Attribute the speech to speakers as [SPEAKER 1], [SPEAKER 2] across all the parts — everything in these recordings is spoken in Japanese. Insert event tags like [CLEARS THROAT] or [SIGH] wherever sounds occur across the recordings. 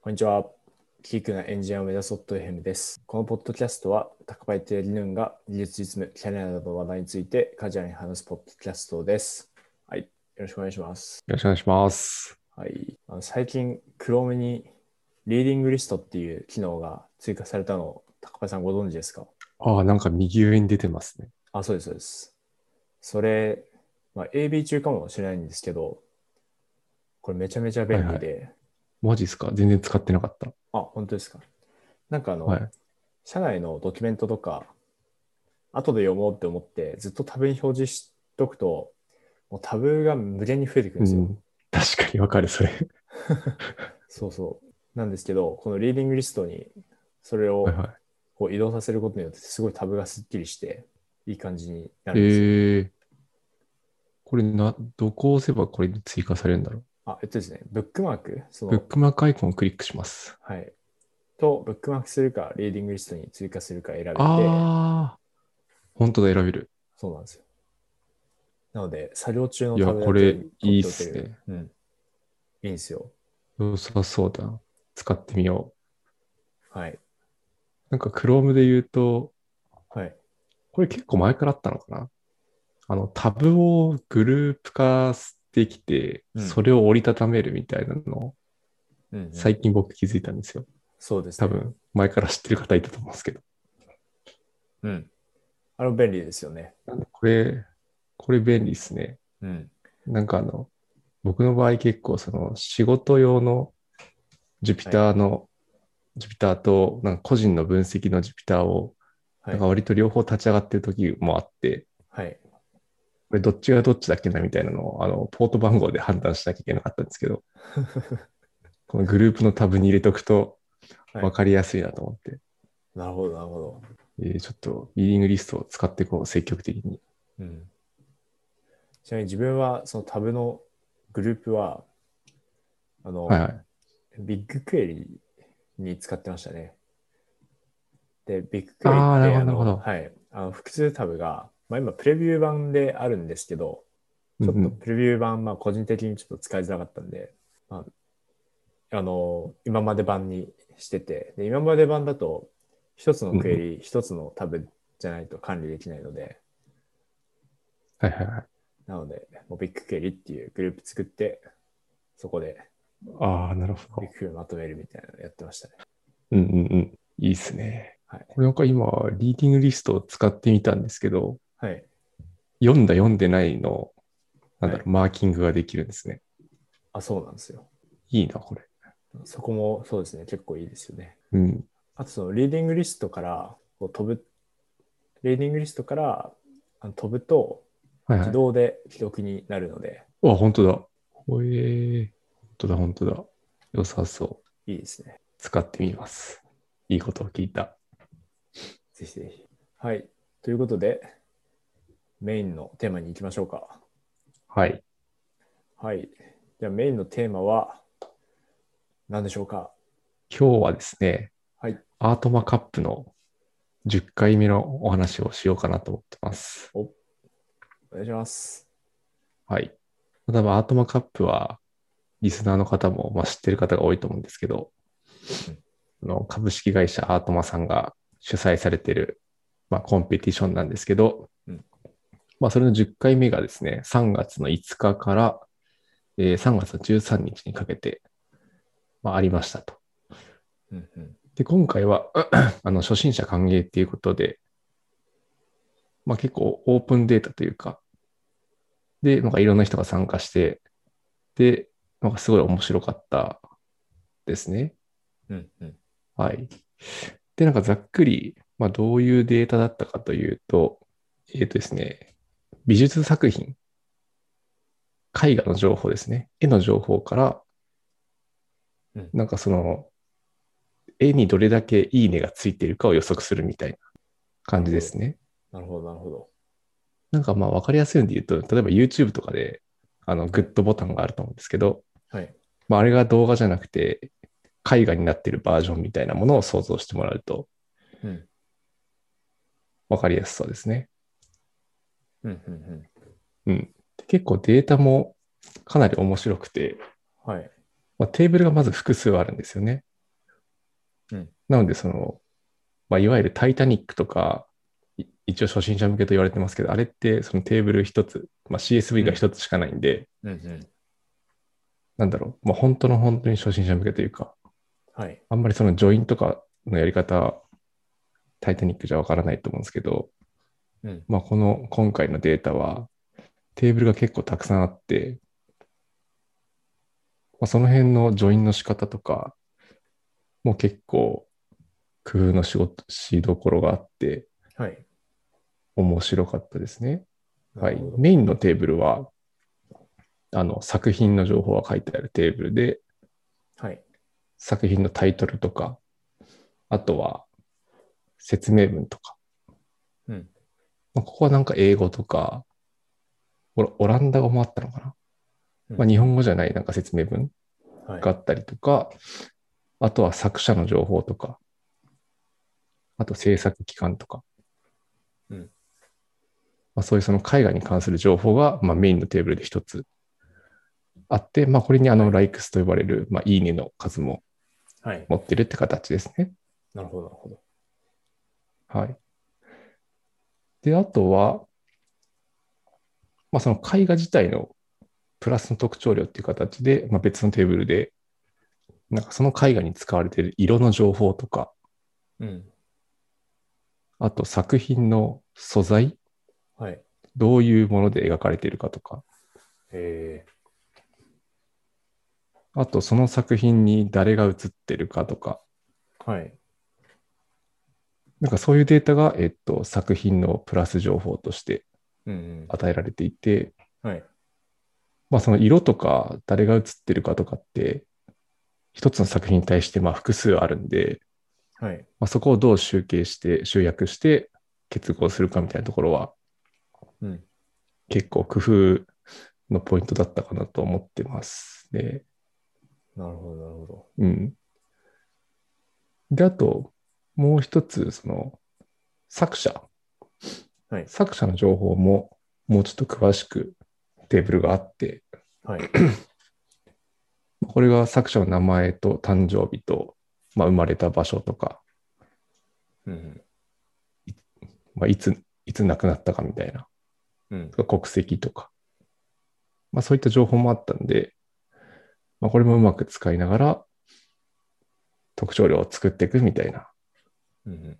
[SPEAKER 1] こんにちは。キークなエンジニアを目指すオットヘムです。このポッドキャストは、高パイとや理論が技術実務、キャリアなどの話題についてカジュアルに話すポッドキャストです。はい。よろしくお願いします。
[SPEAKER 2] よろしくお願いします。
[SPEAKER 1] はい。あの最近、Chrome にリーディングリストっていう機能が追加されたのを、高パイさんご存知ですか
[SPEAKER 2] ああ、なんか右上に出てますね。
[SPEAKER 1] あ、そうです、そうです。それ、まあ、AB 中かもしれないんですけど、これめちゃめちゃ便利で、
[SPEAKER 2] マジっすか全然使ってなかった。
[SPEAKER 1] あ、本当ですか。なんかあの、
[SPEAKER 2] はい。
[SPEAKER 1] 社内のドキュメントとか、後で読もうって思って、ずっとタブに表示しとくと、もうタブが無限に増えてくるんで
[SPEAKER 2] う
[SPEAKER 1] すよ。
[SPEAKER 2] ん。確かにわかる、それ。
[SPEAKER 1] そうそう。なんですけど、このリーディングリストにそれを
[SPEAKER 2] はいは。
[SPEAKER 1] こう移動させることによって、すごいタブがすっきりして、いい感じにないるんですよ。
[SPEAKER 2] えー。これな、どこを押せばこれに追加されるんだろ。
[SPEAKER 1] あ、えっとですね、ブックマーク、そうの
[SPEAKER 2] ブックマークアイコンをクリックします。
[SPEAKER 1] はい。と、ブックマークするか、リーディングリストに追加するか選べて、
[SPEAKER 2] ああ。本当だ、選べる。
[SPEAKER 1] そうなんですよ。なので、作業中の
[SPEAKER 2] いや
[SPEAKER 1] タブだ
[SPEAKER 2] こ
[SPEAKER 1] け
[SPEAKER 2] れ
[SPEAKER 1] 取
[SPEAKER 2] いいって
[SPEAKER 1] おけ
[SPEAKER 2] す
[SPEAKER 1] る
[SPEAKER 2] ね。
[SPEAKER 1] うん。いいんですよ。
[SPEAKER 2] 良さそうだな。使ってみよ
[SPEAKER 1] はい。
[SPEAKER 2] う。なんか Chrome で言うと、
[SPEAKER 1] はい。
[SPEAKER 2] これ結構前からあったのかなあの、タブをグループ化できて、
[SPEAKER 1] うん
[SPEAKER 2] それを折りたためるみたいなのを
[SPEAKER 1] うんうん、
[SPEAKER 2] 最近僕気づいたんですよ。
[SPEAKER 1] そうです、
[SPEAKER 2] 多
[SPEAKER 1] ね。。
[SPEAKER 2] 分、前から知ってる方いたと思うんですけど。
[SPEAKER 1] うん。あれも便利ですよね。
[SPEAKER 2] なんでこれ、これ便利ですね。
[SPEAKER 1] うん。
[SPEAKER 2] なんかあの、僕の場合結構その仕事用の Jupyter の、Jupyter となんか個人の分析の Jupyter を、
[SPEAKER 1] は
[SPEAKER 2] ないんか。割と両方立ち上がってる時もあって、
[SPEAKER 1] はい。
[SPEAKER 2] これどっちがどっちだっけなみたいなのを、あの、ポート番号で判断しなきゃいけなかったんですけ
[SPEAKER 1] [LAUGHS]
[SPEAKER 2] ど、このグループのタブに入れとくと
[SPEAKER 1] はい
[SPEAKER 2] 分かりやすいなと思って、
[SPEAKER 1] なるほど、なるほど。
[SPEAKER 2] えーちょっとリーディングリストを使ってこう積極的に。
[SPEAKER 1] うん。ちなみに自分はそのタブのグループは、あの、
[SPEAKER 2] はいはい。
[SPEAKER 1] ビッグクエリに使ってましたね。で、ビッグクエリって
[SPEAKER 2] あーなるほど
[SPEAKER 1] あの
[SPEAKER 2] なるほど
[SPEAKER 1] はい、あの複数タブが、まあ、今プレビュー版であるんですけど、ちょ
[SPEAKER 2] うんう
[SPEAKER 1] っと
[SPEAKER 2] ん
[SPEAKER 1] プレビュー版、まあ、個人的にちょっと使いづらかったんで、まあ、あの今まで版にしててで今まで版だと一つのクエリ一つのタブじゃないと管理できないので
[SPEAKER 2] はいはいはい。
[SPEAKER 1] なのでもうビッグクエリっていうグループ作ってそこで
[SPEAKER 2] ああ、なるほ
[SPEAKER 1] ビッ
[SPEAKER 2] ど。
[SPEAKER 1] グクエリまとめるみたいなのやってましたね
[SPEAKER 2] うんうんうん。いいっすね。
[SPEAKER 1] はい
[SPEAKER 2] これなんか今、リーディングリストを使ってみたんですけど、
[SPEAKER 1] はい
[SPEAKER 2] 読んだ読んでないの、なんだろ
[SPEAKER 1] は
[SPEAKER 2] う、マーキングができるんですね。
[SPEAKER 1] あそうなんですよ
[SPEAKER 2] いいな、これ。
[SPEAKER 1] そこもそうですね結構いいですよね
[SPEAKER 2] うん。
[SPEAKER 1] あとそのリーディングリストからこう飛ぶリーディングリストからあの飛ぶと
[SPEAKER 2] はいはい。
[SPEAKER 1] 自動で既読になるので、
[SPEAKER 2] うわ、本当だ。ほえー。本当だ、本当だ。良さそう。
[SPEAKER 1] いいですね。
[SPEAKER 2] 使ってみます。いいことを聞いた。
[SPEAKER 1] ぜひぜひ。はい。ということで、メインのテーマに行きましょうか。
[SPEAKER 2] はい。
[SPEAKER 1] はい。じゃあメインのテーマは何でしょうか
[SPEAKER 2] 今日はですね、
[SPEAKER 1] はい。
[SPEAKER 2] アートマカップの10回目のお話をしようかなと思ってます。
[SPEAKER 1] お願いします。
[SPEAKER 2] はい。多分アートマカップは、リスナーの方も、まあ、知ってる方が多いと思うんですけど、あの株式会社アートマさんが主催されてる、まあ、コンペティションなんですけど、
[SPEAKER 1] うん
[SPEAKER 2] まあ、それの10回目がですね、3月の5日から、えー3月の13日にかけて、まあ、ありましたと。
[SPEAKER 1] うんうん。
[SPEAKER 2] で、今回は、 [CLEARS THROAT] あの、初心者歓迎っていうことで、まあ結構オープンデータというか、で、なんかいろんな人が参加して、で、なんかすごい面白かったですね。
[SPEAKER 1] うんうん。
[SPEAKER 2] はい。で、なんかざっくり、まあどういうデータだったかというと、えっ、とですね、美術作品、絵画の情報ですね、絵の情報から
[SPEAKER 1] うん、
[SPEAKER 2] なんかその、絵にどれだけいいねがついてるかを予測するみたいな感じですね。
[SPEAKER 1] なるほど、なるほど。
[SPEAKER 2] なんかまあ分かりやすいので言うと、例えば YouTube とかで、あの、グッドボタンがあると思うんですけど、
[SPEAKER 1] はい。
[SPEAKER 2] まあ、あれが動画じゃなくて、絵画になってるバージョンみたいなものを想像してもらうと
[SPEAKER 1] うん。
[SPEAKER 2] 分かりやすそうですね。
[SPEAKER 1] うんうんうん。
[SPEAKER 2] で結構データもかなり面白くて、
[SPEAKER 1] はい。
[SPEAKER 2] まあ、テーブルがまず複数あるんですよね。
[SPEAKER 1] うん
[SPEAKER 2] なので、その、まあ、いわゆるタイタニックとか、い一応初心者向けと言われてますけど、あれってそのテーブル一つ、まあ、CSV が一つしかないんで、
[SPEAKER 1] うんうん。
[SPEAKER 2] なんだろう、まあ、本当の本当に初心者向けというか、
[SPEAKER 1] はい。
[SPEAKER 2] あんまりそのジョインとかのやり方、タイタニックじゃわからないと思うんですけど、
[SPEAKER 1] うん。
[SPEAKER 2] まあ、この今回のデータは、テーブルが結構たくさんあって、まあ、その辺のジョインの仕方とか、もう結構、工夫の仕事、しどころがあって、
[SPEAKER 1] はい。
[SPEAKER 2] 面白かったですね。はい
[SPEAKER 1] なるほ。ど
[SPEAKER 2] メインのテーブルは、あの、作品の情報が書いてあるテーブルで、
[SPEAKER 1] はい。
[SPEAKER 2] 作品のタイトルとか、あとは説明文とか。
[SPEAKER 1] うん
[SPEAKER 2] まあ、ここはなんか英語とか、オラオランダ語もあったのかな、
[SPEAKER 1] うん
[SPEAKER 2] まあ、日本語じゃないなんか説明文
[SPEAKER 1] はい。
[SPEAKER 2] があったりとか、あとは作者の情報とか、あと制作期間とか。
[SPEAKER 1] うん
[SPEAKER 2] まあ、そういうその絵画に関する情報が、まあ、メインのテーブルで一つあって、まあ、これにあの、ライクスと呼ばれる、まあ、いいねの数も
[SPEAKER 1] はい。
[SPEAKER 2] 持ってるって形ですね。
[SPEAKER 1] なるほど、なるほど。
[SPEAKER 2] はい。で、あとは、まあ、その絵画自体のプラスの特徴量っていう形で、まあ、別のテーブルで、なんかその絵画に使われている色の情報とか、
[SPEAKER 1] うん。
[SPEAKER 2] あと作品の素材、
[SPEAKER 1] はい。
[SPEAKER 2] どういうもので描かれているかとか、
[SPEAKER 1] え
[SPEAKER 2] あとその作品に誰が写ってるかとか、
[SPEAKER 1] ー、はい。
[SPEAKER 2] なんかそういうデータが、えっと、作品のプラス情報として
[SPEAKER 1] うん、うん。
[SPEAKER 2] 与えられていて、
[SPEAKER 1] はい。
[SPEAKER 2] まあ、その色とか誰が写ってるかとかって、一つの作品に対してまあ複数あるんで、
[SPEAKER 1] はい。
[SPEAKER 2] まあ、そこをどう集計して、集約して結合するかみたいなところは、
[SPEAKER 1] うん。
[SPEAKER 2] 結構工夫のポイントだったかなと思ってますね。
[SPEAKER 1] なるほど、なるほど。
[SPEAKER 2] うん。で、あと、もう一つ、その、作者。
[SPEAKER 1] はい
[SPEAKER 2] 作者の情報も、もうちょっと詳しくテーブルがあって、
[SPEAKER 1] はい。
[SPEAKER 2] これが作者の名前と誕生日と、まあ、生まれた場所とか、
[SPEAKER 1] うんうん。
[SPEAKER 2] まあ、いつ、いつ亡くなったかみたいな、
[SPEAKER 1] うん。
[SPEAKER 2] 国籍とか、まあ、そういった情報もあったんで、まあ、これもうまく使いながら、特徴量を作っていくみたいな
[SPEAKER 1] うんうん。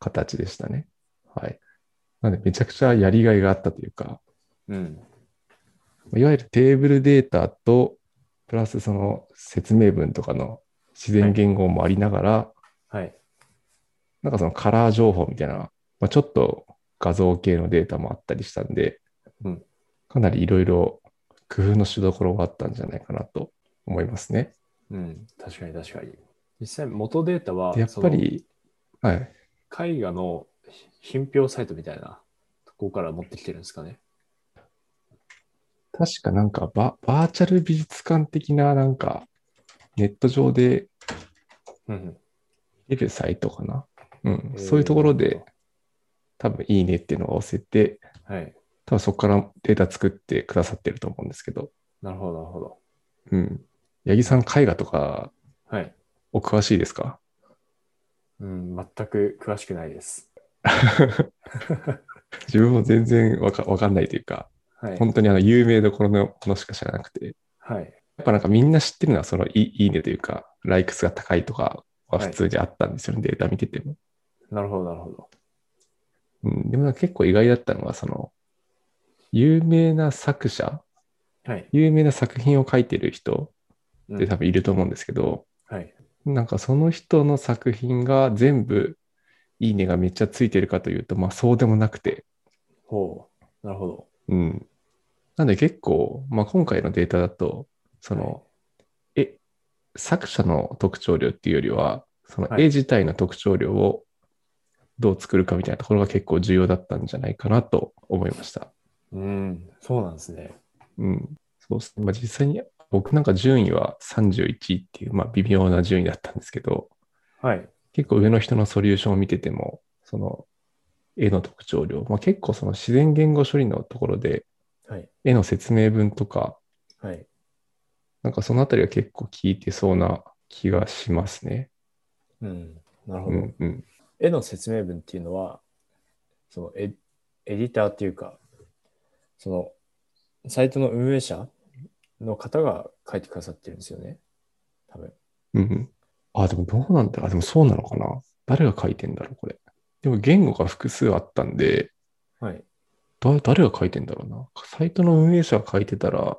[SPEAKER 2] 形でしたね。はい。なので、めちゃくちゃやりがいがあったというか、
[SPEAKER 1] うん。
[SPEAKER 2] いわゆるテーブルデータと、プラスその説明文とかの自然言語もありながら、
[SPEAKER 1] はい。
[SPEAKER 2] なんかそのカラー情報みたいな、まあ、ちょっと画像系のデータもあったりしたんで、
[SPEAKER 1] うん
[SPEAKER 2] かなりいろいろ工夫のしどころがあったんじゃないかなと思いますね。
[SPEAKER 1] うん。確かに、確かに。実際、元データは
[SPEAKER 2] で、やっぱ、り、はい。
[SPEAKER 1] その絵画の品評サイトみたいなとこから持ってきてるんですかね。
[SPEAKER 2] 確かなんかババーチャル美術館的ななんかネット上で
[SPEAKER 1] うんうん。
[SPEAKER 2] 出るサイトかな。うん。
[SPEAKER 1] えー
[SPEAKER 2] そういうところで。多分いいねっていうのを押せて、
[SPEAKER 1] はい。
[SPEAKER 2] 多分そこからデータ作ってくださってると思うんですけど、
[SPEAKER 1] なるほど、なるほど。
[SPEAKER 2] うん。八木さん絵画とか
[SPEAKER 1] はい。
[SPEAKER 2] お詳しいですか
[SPEAKER 1] うん。全く詳しくない
[SPEAKER 2] [LAUGHS]
[SPEAKER 1] です。
[SPEAKER 2] 自分も全然わかわかんないというか、
[SPEAKER 1] はい。
[SPEAKER 2] 本当にあの有名どころのものしか知らなくて、や
[SPEAKER 1] はい。
[SPEAKER 2] っぱなんかみんな知ってるのはそのいいいいねというか、ライクスが高いとかは普通にあったんですよね、データ見てても。
[SPEAKER 1] なるほど、なるほど。
[SPEAKER 2] うん、でもなんか結構意外だったのは、その、有名な作者、
[SPEAKER 1] はい。
[SPEAKER 2] 有名な作品を書いてる人
[SPEAKER 1] う
[SPEAKER 2] っ
[SPEAKER 1] ん
[SPEAKER 2] て多分いると思うんですけど、
[SPEAKER 1] はい。
[SPEAKER 2] なんかその人の作品が全部いいねがめっちゃついてるかというと、まあそうでもなくて、
[SPEAKER 1] ほう。なるほど。
[SPEAKER 2] うん。なんで結構、まあ、今回のデータだと、その、え、作者の特徴量っていうよりは、その
[SPEAKER 1] はい
[SPEAKER 2] 絵自体の特徴量をどう作るかみたいなところが結構重要だったんじゃないかなと思いました。
[SPEAKER 1] うん。そうなんですね。
[SPEAKER 2] うん。そうですね。まあ、実際に僕なんか順位は31位っていう、まあ、微妙な順位だったんですけど、
[SPEAKER 1] はい。
[SPEAKER 2] 結構上の人のソリューションを見てても、その絵の特徴量、まあ、結構その自然言語処理のところで、
[SPEAKER 1] はい。
[SPEAKER 2] 絵の説明文とか、
[SPEAKER 1] はい。
[SPEAKER 2] なんかそのあたりは結構効いてそうな気がしますね。
[SPEAKER 1] うん。なるほ
[SPEAKER 2] う
[SPEAKER 1] ど。
[SPEAKER 2] んうん。
[SPEAKER 1] 絵の説明文っていうのは、そのエエディターっていうか、そのサイトの運営者の方が書いてくださってるんですよね。多分。
[SPEAKER 2] うんうん。あ、でもどうなんだろう。あ、でもそうなのかな。誰が書いてんだろう、これ。でも言語が複数あったんで、
[SPEAKER 1] はい。
[SPEAKER 2] だ、誰が書いてんだろうな。サイトの運営者が書いてたら、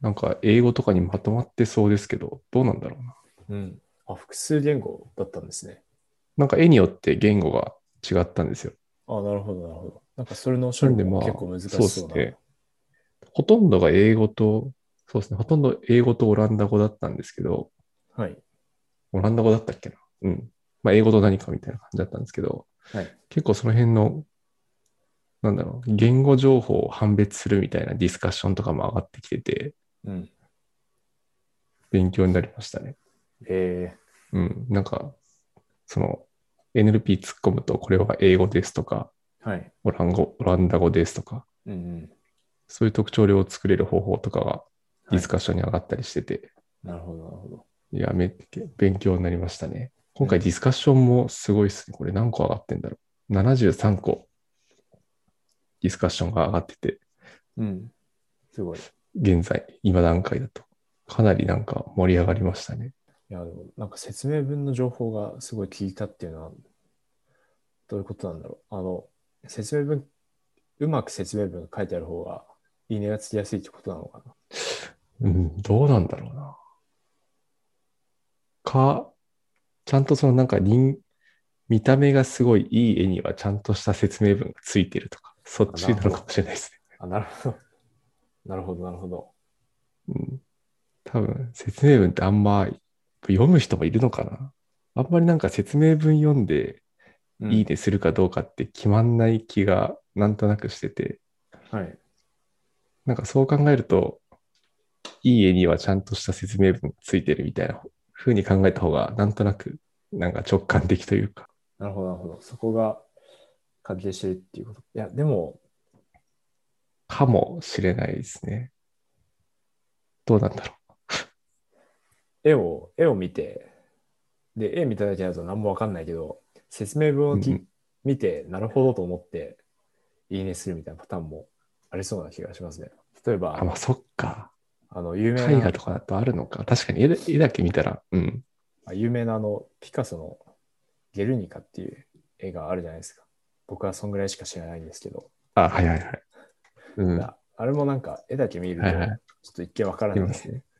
[SPEAKER 2] なんか英語とかにまとまってそうですけど、どうなんだろうな。
[SPEAKER 1] うん。あ、複数言語だったんですね。
[SPEAKER 2] なんか絵によって言語が違ったんですよ。
[SPEAKER 1] あ、なるほど、なるほど。なんかそれの処理
[SPEAKER 2] なんでま
[SPEAKER 1] も
[SPEAKER 2] あ
[SPEAKER 1] 結構難し
[SPEAKER 2] そうです
[SPEAKER 1] そうな。
[SPEAKER 2] ね。ほとんどが英語と、そうですね。ほとんど英語とオランダ語だったんですけど、
[SPEAKER 1] はい。
[SPEAKER 2] オランダ語だったっけな。うん。まあ、英語と何かみたいな感じだったんですけど、
[SPEAKER 1] はい
[SPEAKER 2] 結構その辺の、なんだろう、言語情報を判別するみたいなディスカッションとかも上がってきてて、
[SPEAKER 1] うん。
[SPEAKER 2] 勉強になりましたね。
[SPEAKER 1] え
[SPEAKER 2] うん。なんか、その、NLP 突っ込むと、これは英語ですとか、
[SPEAKER 1] ー、はい。
[SPEAKER 2] オランゴオランダ語ですとか、
[SPEAKER 1] うんうん。
[SPEAKER 2] そういう特徴量を作れる方法とかがディス
[SPEAKER 1] か
[SPEAKER 2] カッションに上がったりしてて、
[SPEAKER 1] なるほど、なるほど。
[SPEAKER 2] いや、め勉強になりましたね。今回ディスカッションもすごいですね。これ何個上がってんだろう。73個ディスカッションが上がってて、
[SPEAKER 1] うん。すごい。
[SPEAKER 2] 現在、今段階だと。かなりなんか盛り上がりましたね。
[SPEAKER 1] いや、でもなんか説明文の情報がすごい効いたっていうのは、どういうことなんだろう。あの、説明文、うまく説明文が書いてある方が、いいねがつきやすいってことなのかな。
[SPEAKER 2] うん、どうなんだろうな。か、ちゃんとそのなんか人、見た目がすごいいい絵にはちゃんとした説明文がついてるとか、そっちなのかもしれないですね。
[SPEAKER 1] あ、なるほど。 [LAUGHS] なるほど、なるほど。
[SPEAKER 2] うん多分説明文ってあんま読む人もいるのかなあんまりなんか説明文読んで
[SPEAKER 1] うん
[SPEAKER 2] いい。でするかどうかって決まんない気がなんとなくしてて、
[SPEAKER 1] はい。
[SPEAKER 2] なんかそう考えると、いい絵にはちゃんとした説明文ついてるみたいな風に考えた方がなんとなくなんか直感的というか。
[SPEAKER 1] なるほど、なるほど。そこが関係してるっていうこと。いや、でも、
[SPEAKER 2] かもしれないですね。どうなんだろ
[SPEAKER 1] 絵を、絵を見て、で、絵見ただけだと何もわかんないけど、説明文
[SPEAKER 2] う。
[SPEAKER 1] をき、
[SPEAKER 2] うんうん
[SPEAKER 1] 見て、なるほどと思って、いいねするみたいなパターンもありそうな気がしますね。例えば、
[SPEAKER 2] あ、まあそっか。
[SPEAKER 1] あの、有名
[SPEAKER 2] 絵
[SPEAKER 1] な
[SPEAKER 2] 画、とかだとあるのか。確かに絵だ絵だけ見たら、うん。
[SPEAKER 1] 有名なあの、ピカソのゲルニカっていう絵があるじゃないですか。僕はそんぐらいしか知らないんですけど、
[SPEAKER 2] あ、はいはいはい。うん。
[SPEAKER 1] ああれもなんか絵だけ見ると、
[SPEAKER 2] はいはい
[SPEAKER 1] ちょっと一見わから
[SPEAKER 2] い
[SPEAKER 1] な
[SPEAKER 2] ま
[SPEAKER 1] い。
[SPEAKER 2] すね。
[SPEAKER 1] [LAUGHS]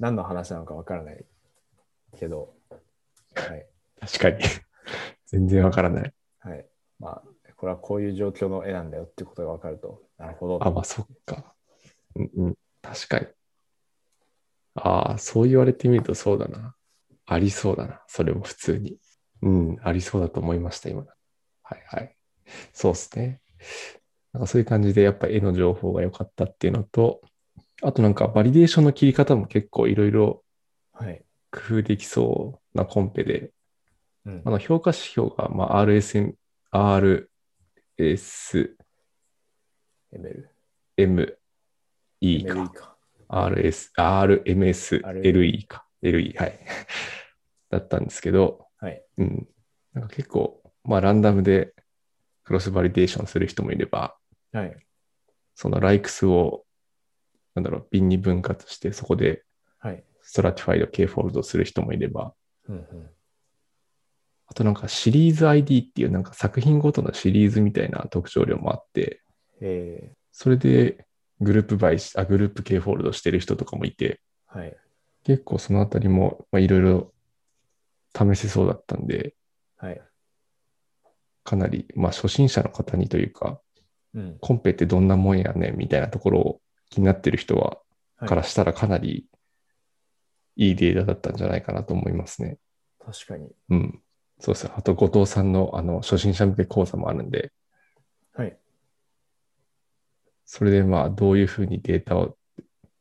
[SPEAKER 1] 何の話なのかわからないけど、はい。
[SPEAKER 2] 確かに。 [LAUGHS] 全然わからない。
[SPEAKER 1] はい。まあ、これはこういう状況の絵なんだよってことがわかると、なるほど。
[SPEAKER 2] あ、まあそっか。うんうん。確かに。ああ、そう言われてみるとそうだな。ありそうだな。それも普通に。うん、ありそうだと思いました、今。はいはい。そうですね。なんかそういう感じで、やっぱ絵の情報が良かったっていうのと、あとなんかバリデーションの切り方も結構いろいろ
[SPEAKER 1] はい。
[SPEAKER 2] 工夫できそうなコンペで、
[SPEAKER 1] うん
[SPEAKER 2] あ。の評価指標が、まあ、RSM、RSME
[SPEAKER 1] エメル。エメルいい
[SPEAKER 2] か、
[SPEAKER 1] か。
[SPEAKER 2] RS、RMS、LE か、LE、はい。 [LAUGHS] だったんですけど、
[SPEAKER 1] はい。
[SPEAKER 2] うん。なんか結構、まあ、ランダムでクロスバリデーションする人もいれば、
[SPEAKER 1] はい。
[SPEAKER 2] その likes を、なんだろう、瓶に分割して、そこで
[SPEAKER 1] はい。
[SPEAKER 2] ストラティファイド、K フォールドする人もいれば、
[SPEAKER 1] うんうん。
[SPEAKER 2] あとなんかシリーズ ID っていうなんか作品ごとのシリーズみたいな特徴量もあって、
[SPEAKER 1] え
[SPEAKER 2] それでグループバイし、あ、グループ K フォールドしてる人とかもいて、
[SPEAKER 1] ー、はい。
[SPEAKER 2] 結構そのあたりもまあいろいろ試せそうだったんで、
[SPEAKER 1] はい。
[SPEAKER 2] かなり、まあ、初心者の方にというか、
[SPEAKER 1] うん。
[SPEAKER 2] コンペってどんなもんやねんみたいなところを気になってる人は、
[SPEAKER 1] はい
[SPEAKER 2] からしたらかなりいいデータだったんじゃないかなと思いますね。
[SPEAKER 1] 確かに。
[SPEAKER 2] うん。そうですね。あと、後藤さんのあの初心者向け講座もあるんで、
[SPEAKER 1] はい。
[SPEAKER 2] それでまあどういうふうにデータを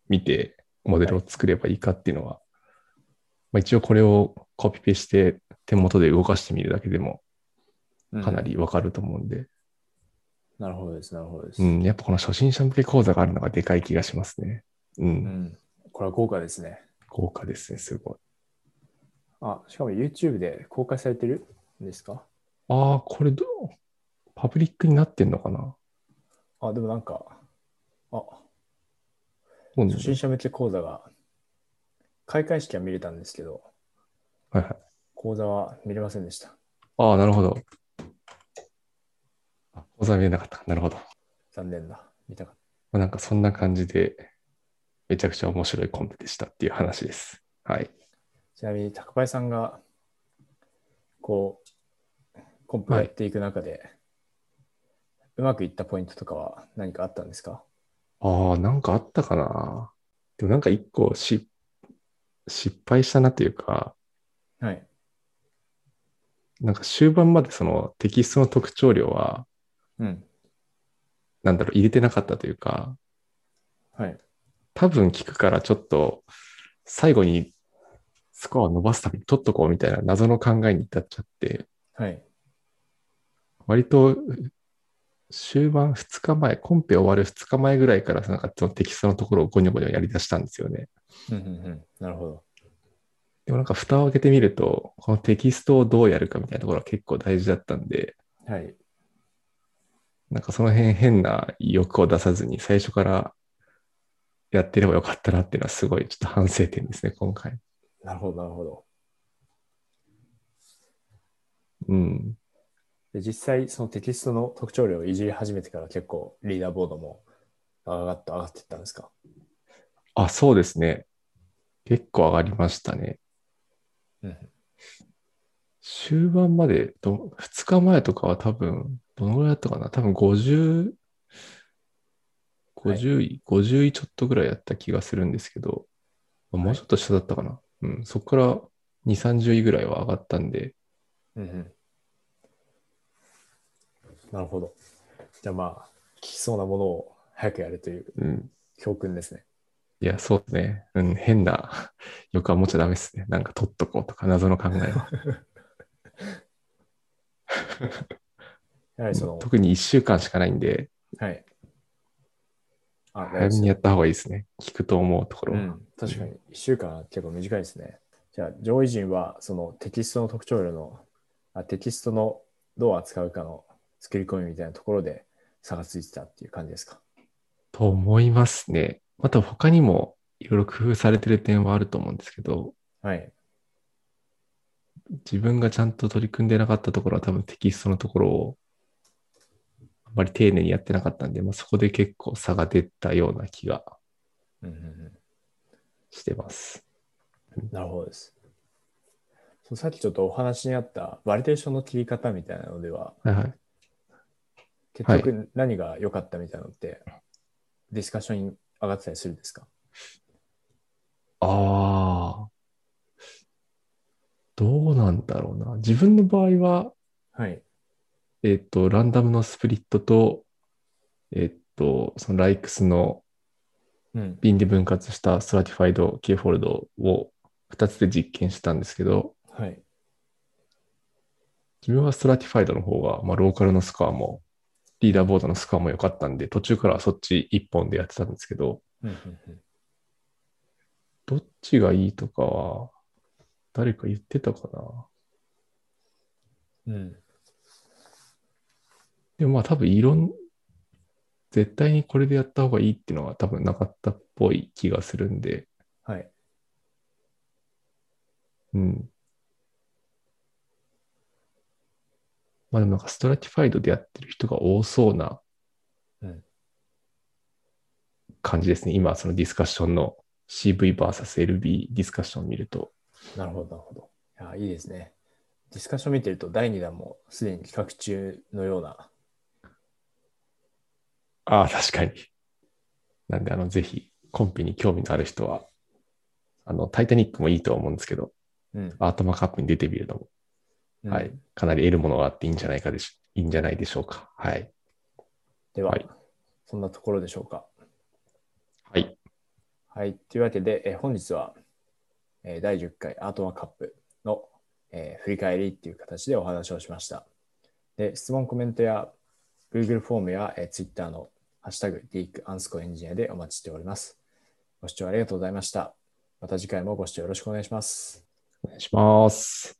[SPEAKER 2] 見てモデルを作ればいいかっていうのは、まあ、一応これをコピペして手元で動かしてみるだけでも
[SPEAKER 1] うん
[SPEAKER 2] かな。りわかると思うんで、
[SPEAKER 1] なるほどです。なるほどです。
[SPEAKER 2] うん、やっぱこの初心者向け講座があるのがでかい気がしますね。う、
[SPEAKER 1] うんんこれは豪華ですね。
[SPEAKER 2] 豪華ですね、すごい。
[SPEAKER 1] あ、しかも YouTube で公開されてるんですか
[SPEAKER 2] ああ、これどう、パブリックになってんのかな
[SPEAKER 1] あ、でもなんか、あ、
[SPEAKER 2] そうね
[SPEAKER 1] 初心者向け講座が、開会式は見れたんですけど、
[SPEAKER 2] はいはい。
[SPEAKER 1] 講座は見れませんでした。
[SPEAKER 2] ああ、なるほど。あ、講座見えなかった。なるほど。ま
[SPEAKER 1] 残念な。見たかっ
[SPEAKER 2] あなんかそんな感じで、めちゃくちゃ面白いコンペでしたっていう話です。はい。
[SPEAKER 1] た。ちなみに、高林さんが、こう、コンプをやっていく中で、うまくいったポイントとかは何かあったんですか
[SPEAKER 2] ああ、なんかあったかな。でもなんか一個し、失敗したなというか、
[SPEAKER 1] はい。
[SPEAKER 2] なんか終盤までそのテキストの特徴量は、
[SPEAKER 1] うん。
[SPEAKER 2] なんだろう、入れてなかったというか、
[SPEAKER 1] はい。
[SPEAKER 2] 多分聞くからちょっと最後にスコアを伸ばすために取っとこうみたいな謎の考えに至っちゃって、
[SPEAKER 1] はい。
[SPEAKER 2] 割と終盤2日前、コンペ終わる2日前ぐらいからなんかそのテキストのところをゴニョゴニョやり出したんですよね。
[SPEAKER 1] うんうんうん。なるほど。
[SPEAKER 2] でもなんか蓋を開けてみると、このテキストをどうやるかみたいなところは結構大事だったんで、
[SPEAKER 1] はい。
[SPEAKER 2] なんかその辺変な欲を出さずに最初からやってればよかったなっていうのはすごいちょっと反省点ですね、今回。
[SPEAKER 1] なるほど、なるほど。
[SPEAKER 2] うん。
[SPEAKER 1] で実際、そのテキストの特徴量をいじり始めてから結構リーダーボードも上がって上がっていったんですか
[SPEAKER 2] あ、そうですね。結構上がりましたね。
[SPEAKER 1] うん
[SPEAKER 2] 終盤までど、2日前とかは多分、どのぐらいだったかな多分50、50位、50位ちょっとぐらいやった気がするんですけど、まあもうちょっと下だったかな。うん、そこから2、30位ぐらいは上がったんで、
[SPEAKER 1] うんうん。なるほど。じゃあまあ、聞きそうなものを早くやるという
[SPEAKER 2] うん、
[SPEAKER 1] 教訓ですね。
[SPEAKER 2] いや、そうですね。うん、変な [LAUGHS] 欲は持っちゃダメですね。なんか取っとこうとか、謎の考えは。
[SPEAKER 1] や [LAUGHS] はりその、
[SPEAKER 2] 特に1週間しかないんで、
[SPEAKER 1] はい。あ、
[SPEAKER 2] 早めにやった方がいいですね。聞くと思うところ
[SPEAKER 1] う
[SPEAKER 2] は。
[SPEAKER 1] ん、確かに1週間は結構短いですね。じゃあ上位陣はそのテキストの特徴量のあテキストのどう扱うかの作り込みみたいなところで差がついてたっていう感じですか。
[SPEAKER 2] と思いますね。また他にもいろいろ工夫されてる点はあると思うんですけど、
[SPEAKER 1] はい。
[SPEAKER 2] 自分がちゃんと取り組んでなかったところは多分テキストのところをあまり丁寧にやってなかったんで、まあ、そこで結構差が出たような気が
[SPEAKER 1] うんうんうん
[SPEAKER 2] してます。
[SPEAKER 1] なるほどです。そうさっきちょっとお話にあったバリデーションの切り方みたいなのでは
[SPEAKER 2] はいはい。
[SPEAKER 1] 結局何が良かったみたいなのってディスカッションに上がってたりするんですか
[SPEAKER 2] ああ。どうなんだろうな。自分の場合は、
[SPEAKER 1] はい。
[SPEAKER 2] えっと、ランダムのスプリットと、えっと、そのライクスの
[SPEAKER 1] うん。
[SPEAKER 2] 瓶で分割したストラティファイド K フォールドを2つで実験したんですけど、
[SPEAKER 1] はい。
[SPEAKER 2] 自分はストラティファイドの方が、まあ、ローカルのスコアも、リーダーボードのスコアも良かったんで、途中からはそっち1本でやってたんですけど、
[SPEAKER 1] うんうんうん
[SPEAKER 2] どっちがいいとかは、誰か言ってたかな。
[SPEAKER 1] うん。
[SPEAKER 2] でもまあ多分いろん、絶対にこれでやった方がいいっていうのは多分なかったっぽい気がするんで、
[SPEAKER 1] はい。
[SPEAKER 2] うん。まあでもなんかストラティファイドでやってる人が多そうな
[SPEAKER 1] うん
[SPEAKER 2] 感じですね。今そのディスカッションの CVVSLB ディスカッションを見ると。
[SPEAKER 1] なるほど、なるほど。いや、いいですね。ディスカッション見てると、第2弾もすでに企画中のような。
[SPEAKER 2] ああ、確かに。なんであの、ぜひコンペに興味のある人は、あの、タイタニックもいいと思うんですけど、
[SPEAKER 1] うん。
[SPEAKER 2] アートマカップに出てみるのも
[SPEAKER 1] うん
[SPEAKER 2] はい。。かなり得るものがあっていいんじゃないかでし、いいんじゃないでしょうか。はい。
[SPEAKER 1] では、
[SPEAKER 2] はい
[SPEAKER 1] そんなところでしょうか。
[SPEAKER 2] はい。
[SPEAKER 1] はい。というわけで、えー本日は、えー第10回アートワーカップの、えー振り返りっていう形でお話をしました。で、質問、コメントや Google フォームや、えー Twitter のハッシュタグ DEEK アンスコエンジニアでお待ちしております。ご視聴ありがとうございました。また次回もご視聴よろしくお願いします。
[SPEAKER 2] お願いします。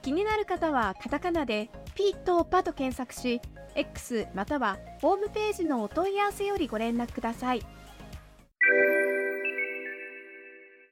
[SPEAKER 3] 気になる方はカタカナでピーとパと検索し、X またはホームページのお問い合わせよりご連絡ください。